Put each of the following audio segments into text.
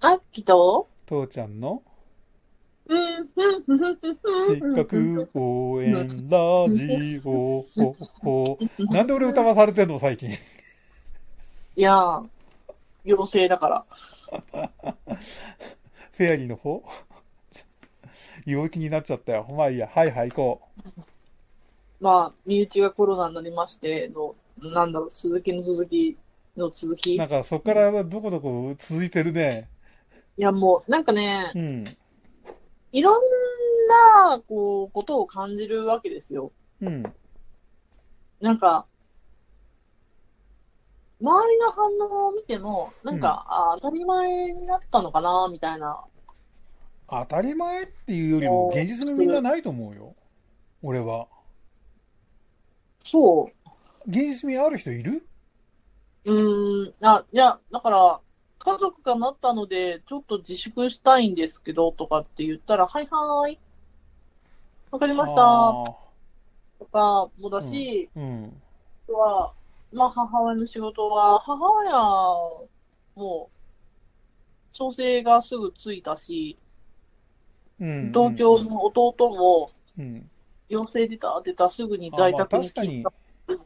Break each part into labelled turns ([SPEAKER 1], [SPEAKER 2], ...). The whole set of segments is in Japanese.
[SPEAKER 1] あっきと、
[SPEAKER 2] 父ちゃんの
[SPEAKER 1] うん、うん、うん、うん、
[SPEAKER 2] 失
[SPEAKER 1] うん、うん、
[SPEAKER 2] 格応
[SPEAKER 1] うん、
[SPEAKER 2] 援ラジオ、ほ ほ。なんで俺歌わされてんの最近。
[SPEAKER 1] いやー、妖精だから。
[SPEAKER 2] フェアリーの方陽気になっちゃったよ。まあいいや。はいはい、行こ
[SPEAKER 1] まあ、身内がコロナになりましての、なんだろう、続きの続きの続
[SPEAKER 2] う。な
[SPEAKER 1] き。
[SPEAKER 2] んかそっ
[SPEAKER 1] う
[SPEAKER 2] か
[SPEAKER 1] んい
[SPEAKER 2] らどこどこ続いてるね。
[SPEAKER 1] や、もう、なんかね、
[SPEAKER 2] うん。
[SPEAKER 1] いろんな、こう、ことを感じるわけですよ。
[SPEAKER 2] うん。
[SPEAKER 1] なんか、周りの反応を見ても、な
[SPEAKER 2] うんん。
[SPEAKER 1] か、あー、当たり前になったのかな、みたいな、
[SPEAKER 2] 当たり前っていうよりも現
[SPEAKER 1] を
[SPEAKER 2] 実の
[SPEAKER 1] す
[SPEAKER 2] みんな
[SPEAKER 1] る。
[SPEAKER 2] ないと思うよ。俺は。
[SPEAKER 1] そう。
[SPEAKER 2] 現実味ある人いる
[SPEAKER 1] うーん、あ、いや、だから、家族がなったので、ちょっと自粛したいんですけど、とかって言ったら、はいはーい、わかりました、
[SPEAKER 2] ああ
[SPEAKER 1] とかもだ
[SPEAKER 2] ー、うん、
[SPEAKER 1] し、
[SPEAKER 2] うん。
[SPEAKER 1] あとは、まあ、母親の仕事は、母親、もう、調整がすぐついたし、
[SPEAKER 2] うんう
[SPEAKER 1] 同
[SPEAKER 2] んう
[SPEAKER 1] 居
[SPEAKER 2] ん。
[SPEAKER 1] の弟も、
[SPEAKER 2] うん。
[SPEAKER 1] 陽性出た、出た、すぐに
[SPEAKER 2] あ、
[SPEAKER 1] 在
[SPEAKER 2] まあ
[SPEAKER 1] 宅に
[SPEAKER 2] 確か
[SPEAKER 1] 切り
[SPEAKER 2] に
[SPEAKER 1] 替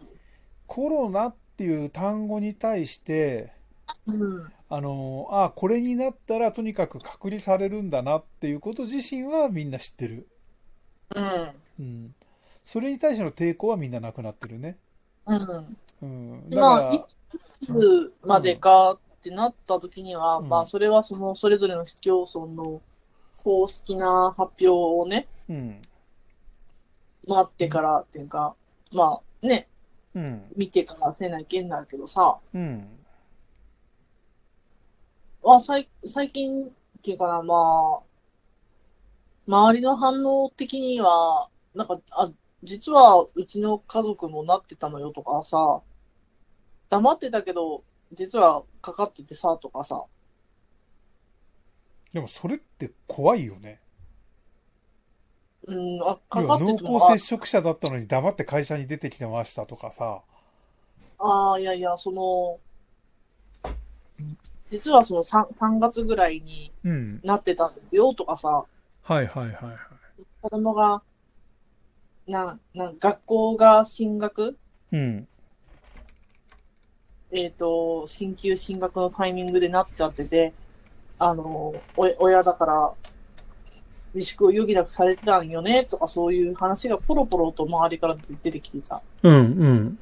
[SPEAKER 2] コロナっていう単語に対して、
[SPEAKER 1] え、うん、
[SPEAKER 2] あのあ、これになったらとにかく隔離されるんだなっていうこと自身はみんな知ってる。
[SPEAKER 1] うん、
[SPEAKER 2] うん。それに対しての抵抗はみんななくなってるね。
[SPEAKER 1] うん。
[SPEAKER 2] うん。
[SPEAKER 1] で
[SPEAKER 2] だか
[SPEAKER 1] まあ、い
[SPEAKER 2] ら、
[SPEAKER 1] つ
[SPEAKER 2] う
[SPEAKER 1] まで
[SPEAKER 2] ん、
[SPEAKER 1] かってなった時には、
[SPEAKER 2] う
[SPEAKER 1] まあ、
[SPEAKER 2] ん、
[SPEAKER 1] それはその、それぞれの市町村の公式な発表をね、
[SPEAKER 2] うん、
[SPEAKER 1] 待ってからっていうか、まあね、
[SPEAKER 2] うん、
[SPEAKER 1] 見てからせなきゃいけないけどさ、
[SPEAKER 2] うん。
[SPEAKER 1] あ、最、最近っていうかな、まあ、周りの反応的には、なんか、あ、実はうちの家族もなってたのよとかさ、黙ってたけど、実はかかっててさ、とかさ、
[SPEAKER 2] でもそれって怖いよね。
[SPEAKER 1] うん、あ、か
[SPEAKER 2] 要
[SPEAKER 1] か
[SPEAKER 2] は
[SPEAKER 1] って
[SPEAKER 2] 濃
[SPEAKER 1] ても、
[SPEAKER 2] 厚接
[SPEAKER 1] あ、
[SPEAKER 2] 触者だったのに黙って会社に出てきてましたとかさ。
[SPEAKER 1] ああ、いやいや、その、実はその 3, 3月ぐらいに
[SPEAKER 2] うん。
[SPEAKER 1] なってたんですよとかさ、
[SPEAKER 2] はいはいはいはい。
[SPEAKER 1] 子供が、な、な、学校が進学、
[SPEAKER 2] うん。
[SPEAKER 1] えっと、進級進学のタイミングでなっちゃってて、あの、お、親だから自粛を余儀なくされてたんよねとかそういう話がポロポロと周りから出てきてた。
[SPEAKER 2] うんうん。
[SPEAKER 1] うん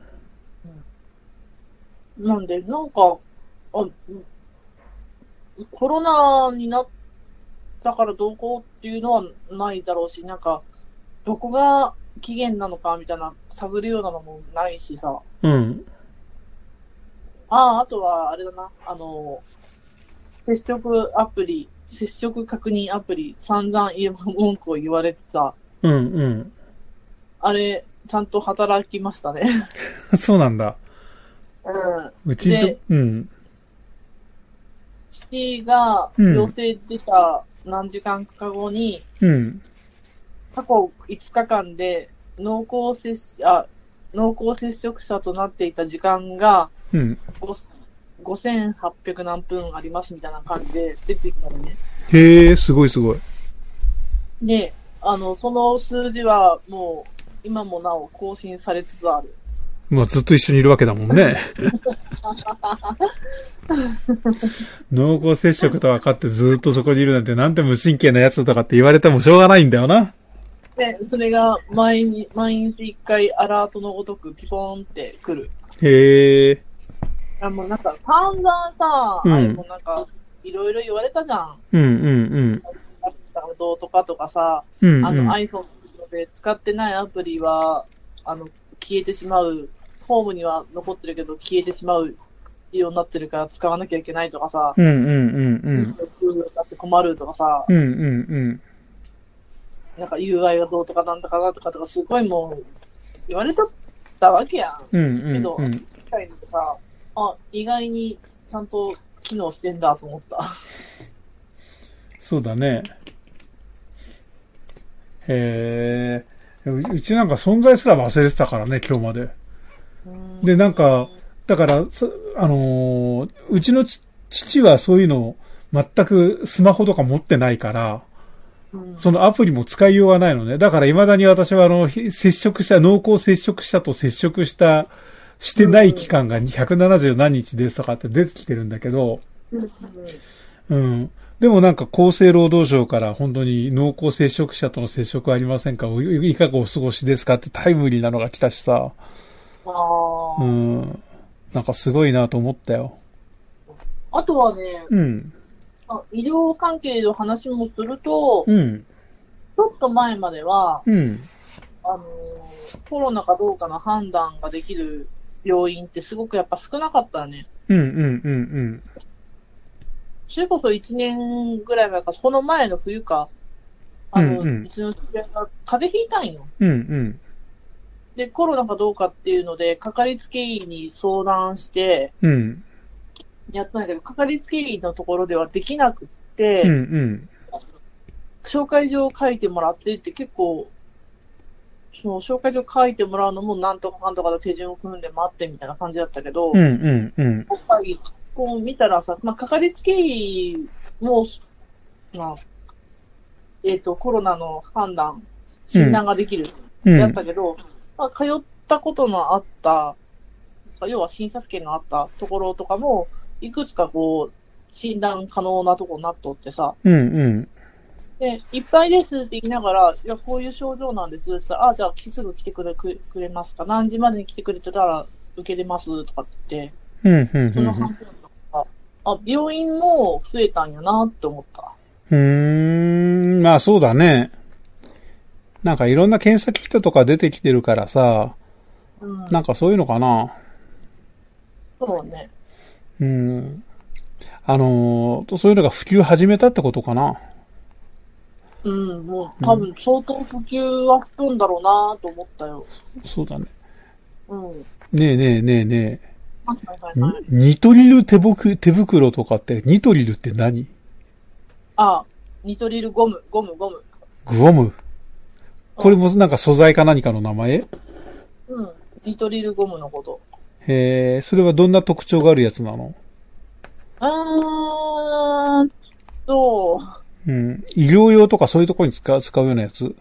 [SPEAKER 1] なんで、なんか、あ、コロナになったからどうこうっていうのはないだろうし、なんか、どこが期限なのかみたいな探るようなのもないしさ。
[SPEAKER 2] うん。
[SPEAKER 1] ああ、あとは、あれだな、あの、接触アプリ、接触確認アプリ、散々言う文句を言われてた。
[SPEAKER 2] うんうん
[SPEAKER 1] あれ、ちゃんと働きましたね。
[SPEAKER 2] そうなんだ。う
[SPEAKER 1] う
[SPEAKER 2] ち
[SPEAKER 1] ん。
[SPEAKER 2] んと、
[SPEAKER 1] で、
[SPEAKER 2] うん。
[SPEAKER 1] 父が
[SPEAKER 2] う
[SPEAKER 1] 陽
[SPEAKER 2] ん。
[SPEAKER 1] 性出た何時間か後に、
[SPEAKER 2] うん。
[SPEAKER 1] 過去5日間で濃厚接し、あ、濃厚接触者となっていた時間が
[SPEAKER 2] うん。
[SPEAKER 1] ご5800何分ありますみたいな感じで出てきたのね。
[SPEAKER 2] へえ、すごいすごい。
[SPEAKER 1] で、あの、その数字はもう今もなお更新されつつある。
[SPEAKER 2] まあずっと一緒にいるわけだもん ね。濃厚接触と分かってずっとそこにいるなんてなんて無神経なやつとかって言われてもしょうがないんだよな。
[SPEAKER 1] で、それが毎日、毎日一回アラートのごとくピポーンって来る。
[SPEAKER 2] へえ。
[SPEAKER 1] あ、もうなんか散々
[SPEAKER 2] う
[SPEAKER 1] さ、あれ
[SPEAKER 2] ん。
[SPEAKER 1] もなんかいろいろ言われたじゃん。
[SPEAKER 2] うんうん
[SPEAKER 1] どうとかとかさ、
[SPEAKER 2] うん。う
[SPEAKER 1] あ
[SPEAKER 2] んう
[SPEAKER 1] の
[SPEAKER 2] ん。
[SPEAKER 1] iPhone で使ってないアプリは、あの、消えてしまう。ホームには残ってるけど消えてしまうようになってるから使わなきゃいけないとかさ、
[SPEAKER 2] うんうんうんう
[SPEAKER 1] ルー
[SPEAKER 2] ん。
[SPEAKER 1] ルルールだって困るとかさ、
[SPEAKER 2] うんうんうん。
[SPEAKER 1] なんか UI がどうとかなんだかなとかとかすごいもう言われとったわけやん。
[SPEAKER 2] うん
[SPEAKER 1] け
[SPEAKER 2] うん
[SPEAKER 1] ど、
[SPEAKER 2] うん。
[SPEAKER 1] 機械のさ、あ、意外にちゃんと機能してんだと思った。
[SPEAKER 2] そうだね。へえ。ううちなんか存在すら忘れてたからね、今日まで。
[SPEAKER 1] うー
[SPEAKER 2] で、なんか、
[SPEAKER 1] ん。
[SPEAKER 2] だから、そあのーうちのち父はそういうのを全くスマホとか持ってないから、
[SPEAKER 1] うん。
[SPEAKER 2] そのアプリも使いようがないのね。だから未だに私はあの、ひ接触した、濃厚接触者と接触した、してない期間が170何日ですとかって出てきてるんだけど、
[SPEAKER 1] うん
[SPEAKER 2] うん。でもなんか厚生労働省から本当に濃厚接触者との接触ありませんかおいいかがお過ごしですかってタイムリーなのが来たしさ、
[SPEAKER 1] あ
[SPEAKER 2] う
[SPEAKER 1] あ、
[SPEAKER 2] ん。なんかすごいなと思ったよ。
[SPEAKER 1] あとはね、
[SPEAKER 2] うん。
[SPEAKER 1] あ医療関係の話もすると、
[SPEAKER 2] うん。
[SPEAKER 1] ちょっと前までは、
[SPEAKER 2] うん。
[SPEAKER 1] あのーコロナかどうかの判断ができる病院ってすごくやっぱ少なかったね。
[SPEAKER 2] うんうんうん
[SPEAKER 1] それこそ1年ぐらい前か、この前の冬か、あの、
[SPEAKER 2] う
[SPEAKER 1] うん
[SPEAKER 2] うん
[SPEAKER 1] ちの父親が風邪ひいたんよ。
[SPEAKER 2] うん。うん
[SPEAKER 1] で、コロナかどうかっていうので、かかりつけ医に相談して、
[SPEAKER 2] うん。うん。
[SPEAKER 1] やったんだけど、かかりつけ医のところではできなくって、
[SPEAKER 2] うんうん。
[SPEAKER 1] 紹介状を書いてもらってって結構、その紹介状書いてもらうのもなんとかかんとかの手順を組んで待ってみたいな感じだったけど、
[SPEAKER 2] うんうんうん。
[SPEAKER 1] 今回、こう見たらさ、まあ、かかりつけ医も、まあ、えっ、と、コロナの判断、診断ができる、
[SPEAKER 2] うん。
[SPEAKER 1] やったけど、まあ、通ったことのあった、要は診察券のあったところとかも、いくつかこう、診断可能なとこになっとってさ、
[SPEAKER 2] うんうん。
[SPEAKER 1] で、いっぱいですって言いながら、いや、こういう症状なんですってさ、あ、じゃあ、すぐ来てくれくくれますか何時までに来てくれてたら受けれますとかって言って、
[SPEAKER 2] うんうん
[SPEAKER 1] その半分とか、あ、病院も増えたんやなって思った。
[SPEAKER 2] うん。うーん。まあそうだね。なんかいろんな検査キットとか出てきてるからさ、
[SPEAKER 1] うん。
[SPEAKER 2] なんかそういうのかな。
[SPEAKER 1] そうね。
[SPEAKER 2] うん。あのーそういうのが普及始めたってことかな。
[SPEAKER 1] うん、もう多分相当普及はするんだろうなと思ったよ。
[SPEAKER 2] そうだね。
[SPEAKER 1] うん。はい
[SPEAKER 2] ねえねえねえね
[SPEAKER 1] はいはい
[SPEAKER 2] え。
[SPEAKER 1] はい。
[SPEAKER 2] にニトリル手ぼく手袋とかって、ニトリルって何
[SPEAKER 1] あ、ニトリルゴム、ゴム、ゴム。
[SPEAKER 2] グオム。これもなんか素材か何かの名前
[SPEAKER 1] うん。ニトリルゴムのこと。
[SPEAKER 2] えー、それはどんな特徴があるやつなの
[SPEAKER 1] うーんと、
[SPEAKER 2] うん。医療用とかそういうところに使う、使うようなやつ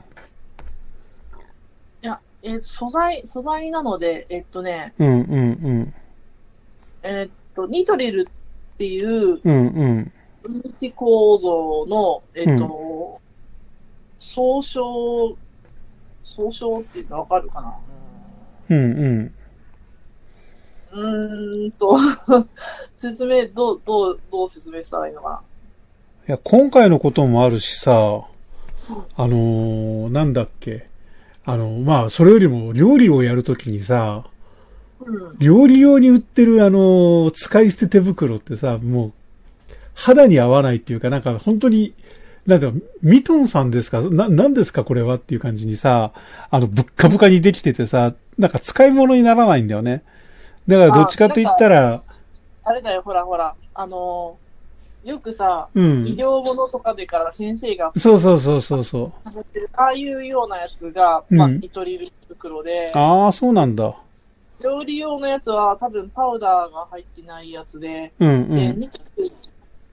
[SPEAKER 1] いや、えー素材、素材なので、えっとね、
[SPEAKER 2] うんうんうん。
[SPEAKER 1] えっと、ニトリルっていう
[SPEAKER 2] うんうん。
[SPEAKER 1] 分子構造の、えっと、総称、総称っていうのわかるかな
[SPEAKER 2] うんうん。
[SPEAKER 1] うーんと、 説明、どう、どう、どう説明したらいいのか
[SPEAKER 2] いや、今回のこともあるしさ、あのー、なんだっけ。あの、まあ、それよりも料理をやるときにさ、
[SPEAKER 1] な。うん。
[SPEAKER 2] 料理用に売ってるあのー、使い捨て手袋ってさ、もう、肌に合わないっていうか、なんか本当に、なんだろうミトンさんですかな、なんですかこれはっていう感じにさ、あの、ぶっかぶかにできててさ、なんか使い物にならないんだよね。だからどっちかと言ったら、
[SPEAKER 1] あれだよ、ほらほら、あのーよくさ、
[SPEAKER 2] うん
[SPEAKER 1] 医療ものとかでから先生が
[SPEAKER 2] そうそうそうそうそう。
[SPEAKER 1] 使ってる、ああいうようなやつが、まあ、
[SPEAKER 2] うん
[SPEAKER 1] ニトリル袋で、
[SPEAKER 2] ああ、そうなんだ。
[SPEAKER 1] 料理用のやつは多分パウダーが入ってないやつで、
[SPEAKER 2] うんう
[SPEAKER 1] で、
[SPEAKER 2] ん。
[SPEAKER 1] ニトリ、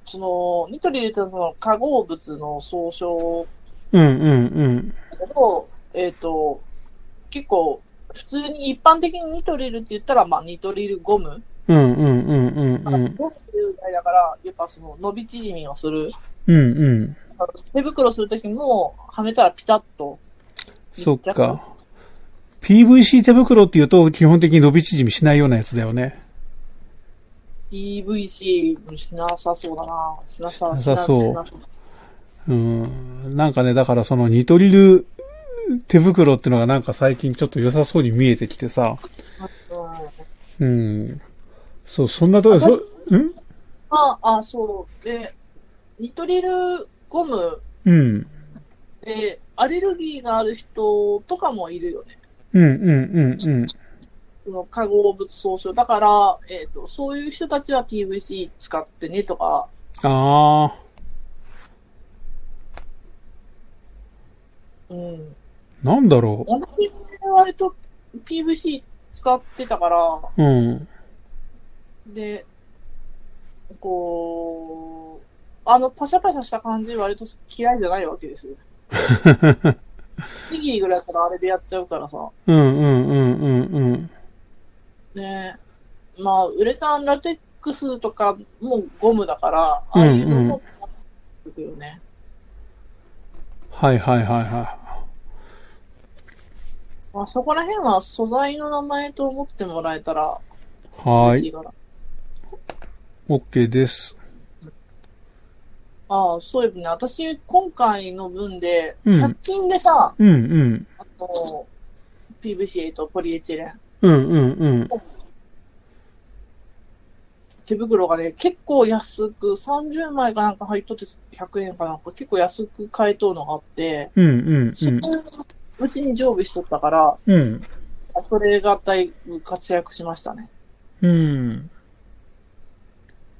[SPEAKER 1] その、ニトリで言うとその化合物の総称
[SPEAKER 2] うんうんうん。
[SPEAKER 1] だけど、えっ、と、結構、普通に一般的にニトリルって言ったら、まあ、ニトリルゴム。
[SPEAKER 2] うんうんうんうん
[SPEAKER 1] ゴ
[SPEAKER 2] う
[SPEAKER 1] ムっ
[SPEAKER 2] ん。
[SPEAKER 1] ていうぐらいだから、やっぱその、伸び縮みをする。
[SPEAKER 2] うんうん。
[SPEAKER 1] 手袋するときも、はめたらピタッと。
[SPEAKER 2] そっか。PVC 手袋っていうと基本的に伸び縮みしないようなやつだよね。
[SPEAKER 1] PVC しなさそうだな。しなさ
[SPEAKER 2] なさそう
[SPEAKER 1] しなさ
[SPEAKER 2] うん。なんかね、だからそのニトリル手袋ってのがなんか最近ちょっと良さそうに見えてきてさ。
[SPEAKER 1] うん
[SPEAKER 2] うん。そう、そんなとこ、そ、うん
[SPEAKER 1] あ、あ、そう。で、ニトリルゴム
[SPEAKER 2] うん。
[SPEAKER 1] で、アレルギーがある人とかもいるよね。
[SPEAKER 2] うんうんうんうん。
[SPEAKER 1] その化合物総称。だから、えっ、と、そういう人たちは PVC 使ってねとか、
[SPEAKER 2] ああ。
[SPEAKER 1] うん。
[SPEAKER 2] なんだろ
[SPEAKER 1] 同じ割と PVC 使ってたから、
[SPEAKER 2] う。うん。
[SPEAKER 1] で、こう、あの、パシャパシャした感じ割と嫌いじゃないわけですよ。ギリぐらいからあれでやっちゃうからさ。
[SPEAKER 2] うんうんうんうんうん。
[SPEAKER 1] ねえ。まあ、ウレタン、ラテックスとかもゴムだから、
[SPEAKER 2] うん
[SPEAKER 1] ああいうのも、うよね。
[SPEAKER 2] はいはいはいは
[SPEAKER 1] まあ、そこら辺は素材の名前と思ってもらえたら、
[SPEAKER 2] い。は
[SPEAKER 1] 嬉し
[SPEAKER 2] い。
[SPEAKER 1] から
[SPEAKER 2] OK です。
[SPEAKER 1] ああ、そういえばね、私、今回の分で、
[SPEAKER 2] うん
[SPEAKER 1] 100均でさ、
[SPEAKER 2] うんうん。
[SPEAKER 1] あの、PVC とポリエチレン、
[SPEAKER 2] うんうんうん。
[SPEAKER 1] 手袋がね、結構安く、30枚かなんか入っとって100円かなんか、結構安く買えとうのがあって、
[SPEAKER 2] うんうん
[SPEAKER 1] そこうちに常備しとったから、
[SPEAKER 2] うん。うん。
[SPEAKER 1] それがだいぶ活躍しましたね。
[SPEAKER 2] うん。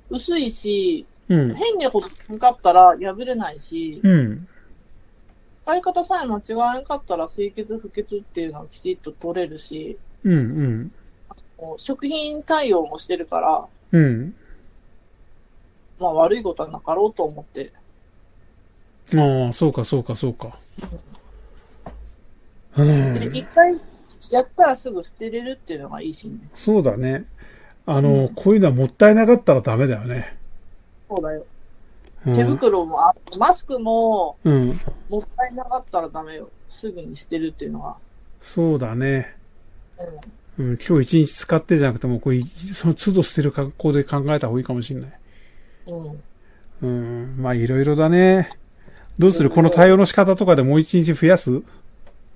[SPEAKER 1] 薄いし、
[SPEAKER 2] うん。
[SPEAKER 1] 変なことなかったら破れないし、
[SPEAKER 2] うん。
[SPEAKER 1] 使い方さえ間違わなかったら清潔不潔っていうのはきちっと取れるし、
[SPEAKER 2] うんうん。
[SPEAKER 1] もう食品対応もしてるから、
[SPEAKER 2] うん。
[SPEAKER 1] まあ悪いことはなかろうと思って。
[SPEAKER 2] ああ、そうかそうかそうか。う
[SPEAKER 1] で、
[SPEAKER 2] ん。
[SPEAKER 1] 一回やったらすぐ捨てれるっていうのがいいしね。
[SPEAKER 2] そうだね。あの、こういうのはもったいなかったらダメだよね。
[SPEAKER 1] そうだよ。
[SPEAKER 2] うん
[SPEAKER 1] 手袋も、あマスクも
[SPEAKER 2] うん。
[SPEAKER 1] もったいなかったらダメよ。すぐに捨てるっていうのは。
[SPEAKER 2] そうだね。
[SPEAKER 1] うん
[SPEAKER 2] うん、今日一日使ってじゃなくても、こうい、その都度捨てる格好で考えた方がいいかもしれない。
[SPEAKER 1] うん。
[SPEAKER 2] うん、まあいろいろだね。どうするこの対応の仕方とかでもう一日増やす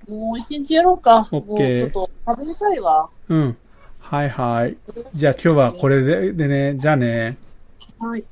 [SPEAKER 1] もう一日やろうか。
[SPEAKER 2] オッ
[SPEAKER 1] もう
[SPEAKER 2] ケー
[SPEAKER 1] ちょっと食べたいわ。
[SPEAKER 2] うん。はいはい。じゃあ今日はこれで、でね、じゃあね。
[SPEAKER 1] はい。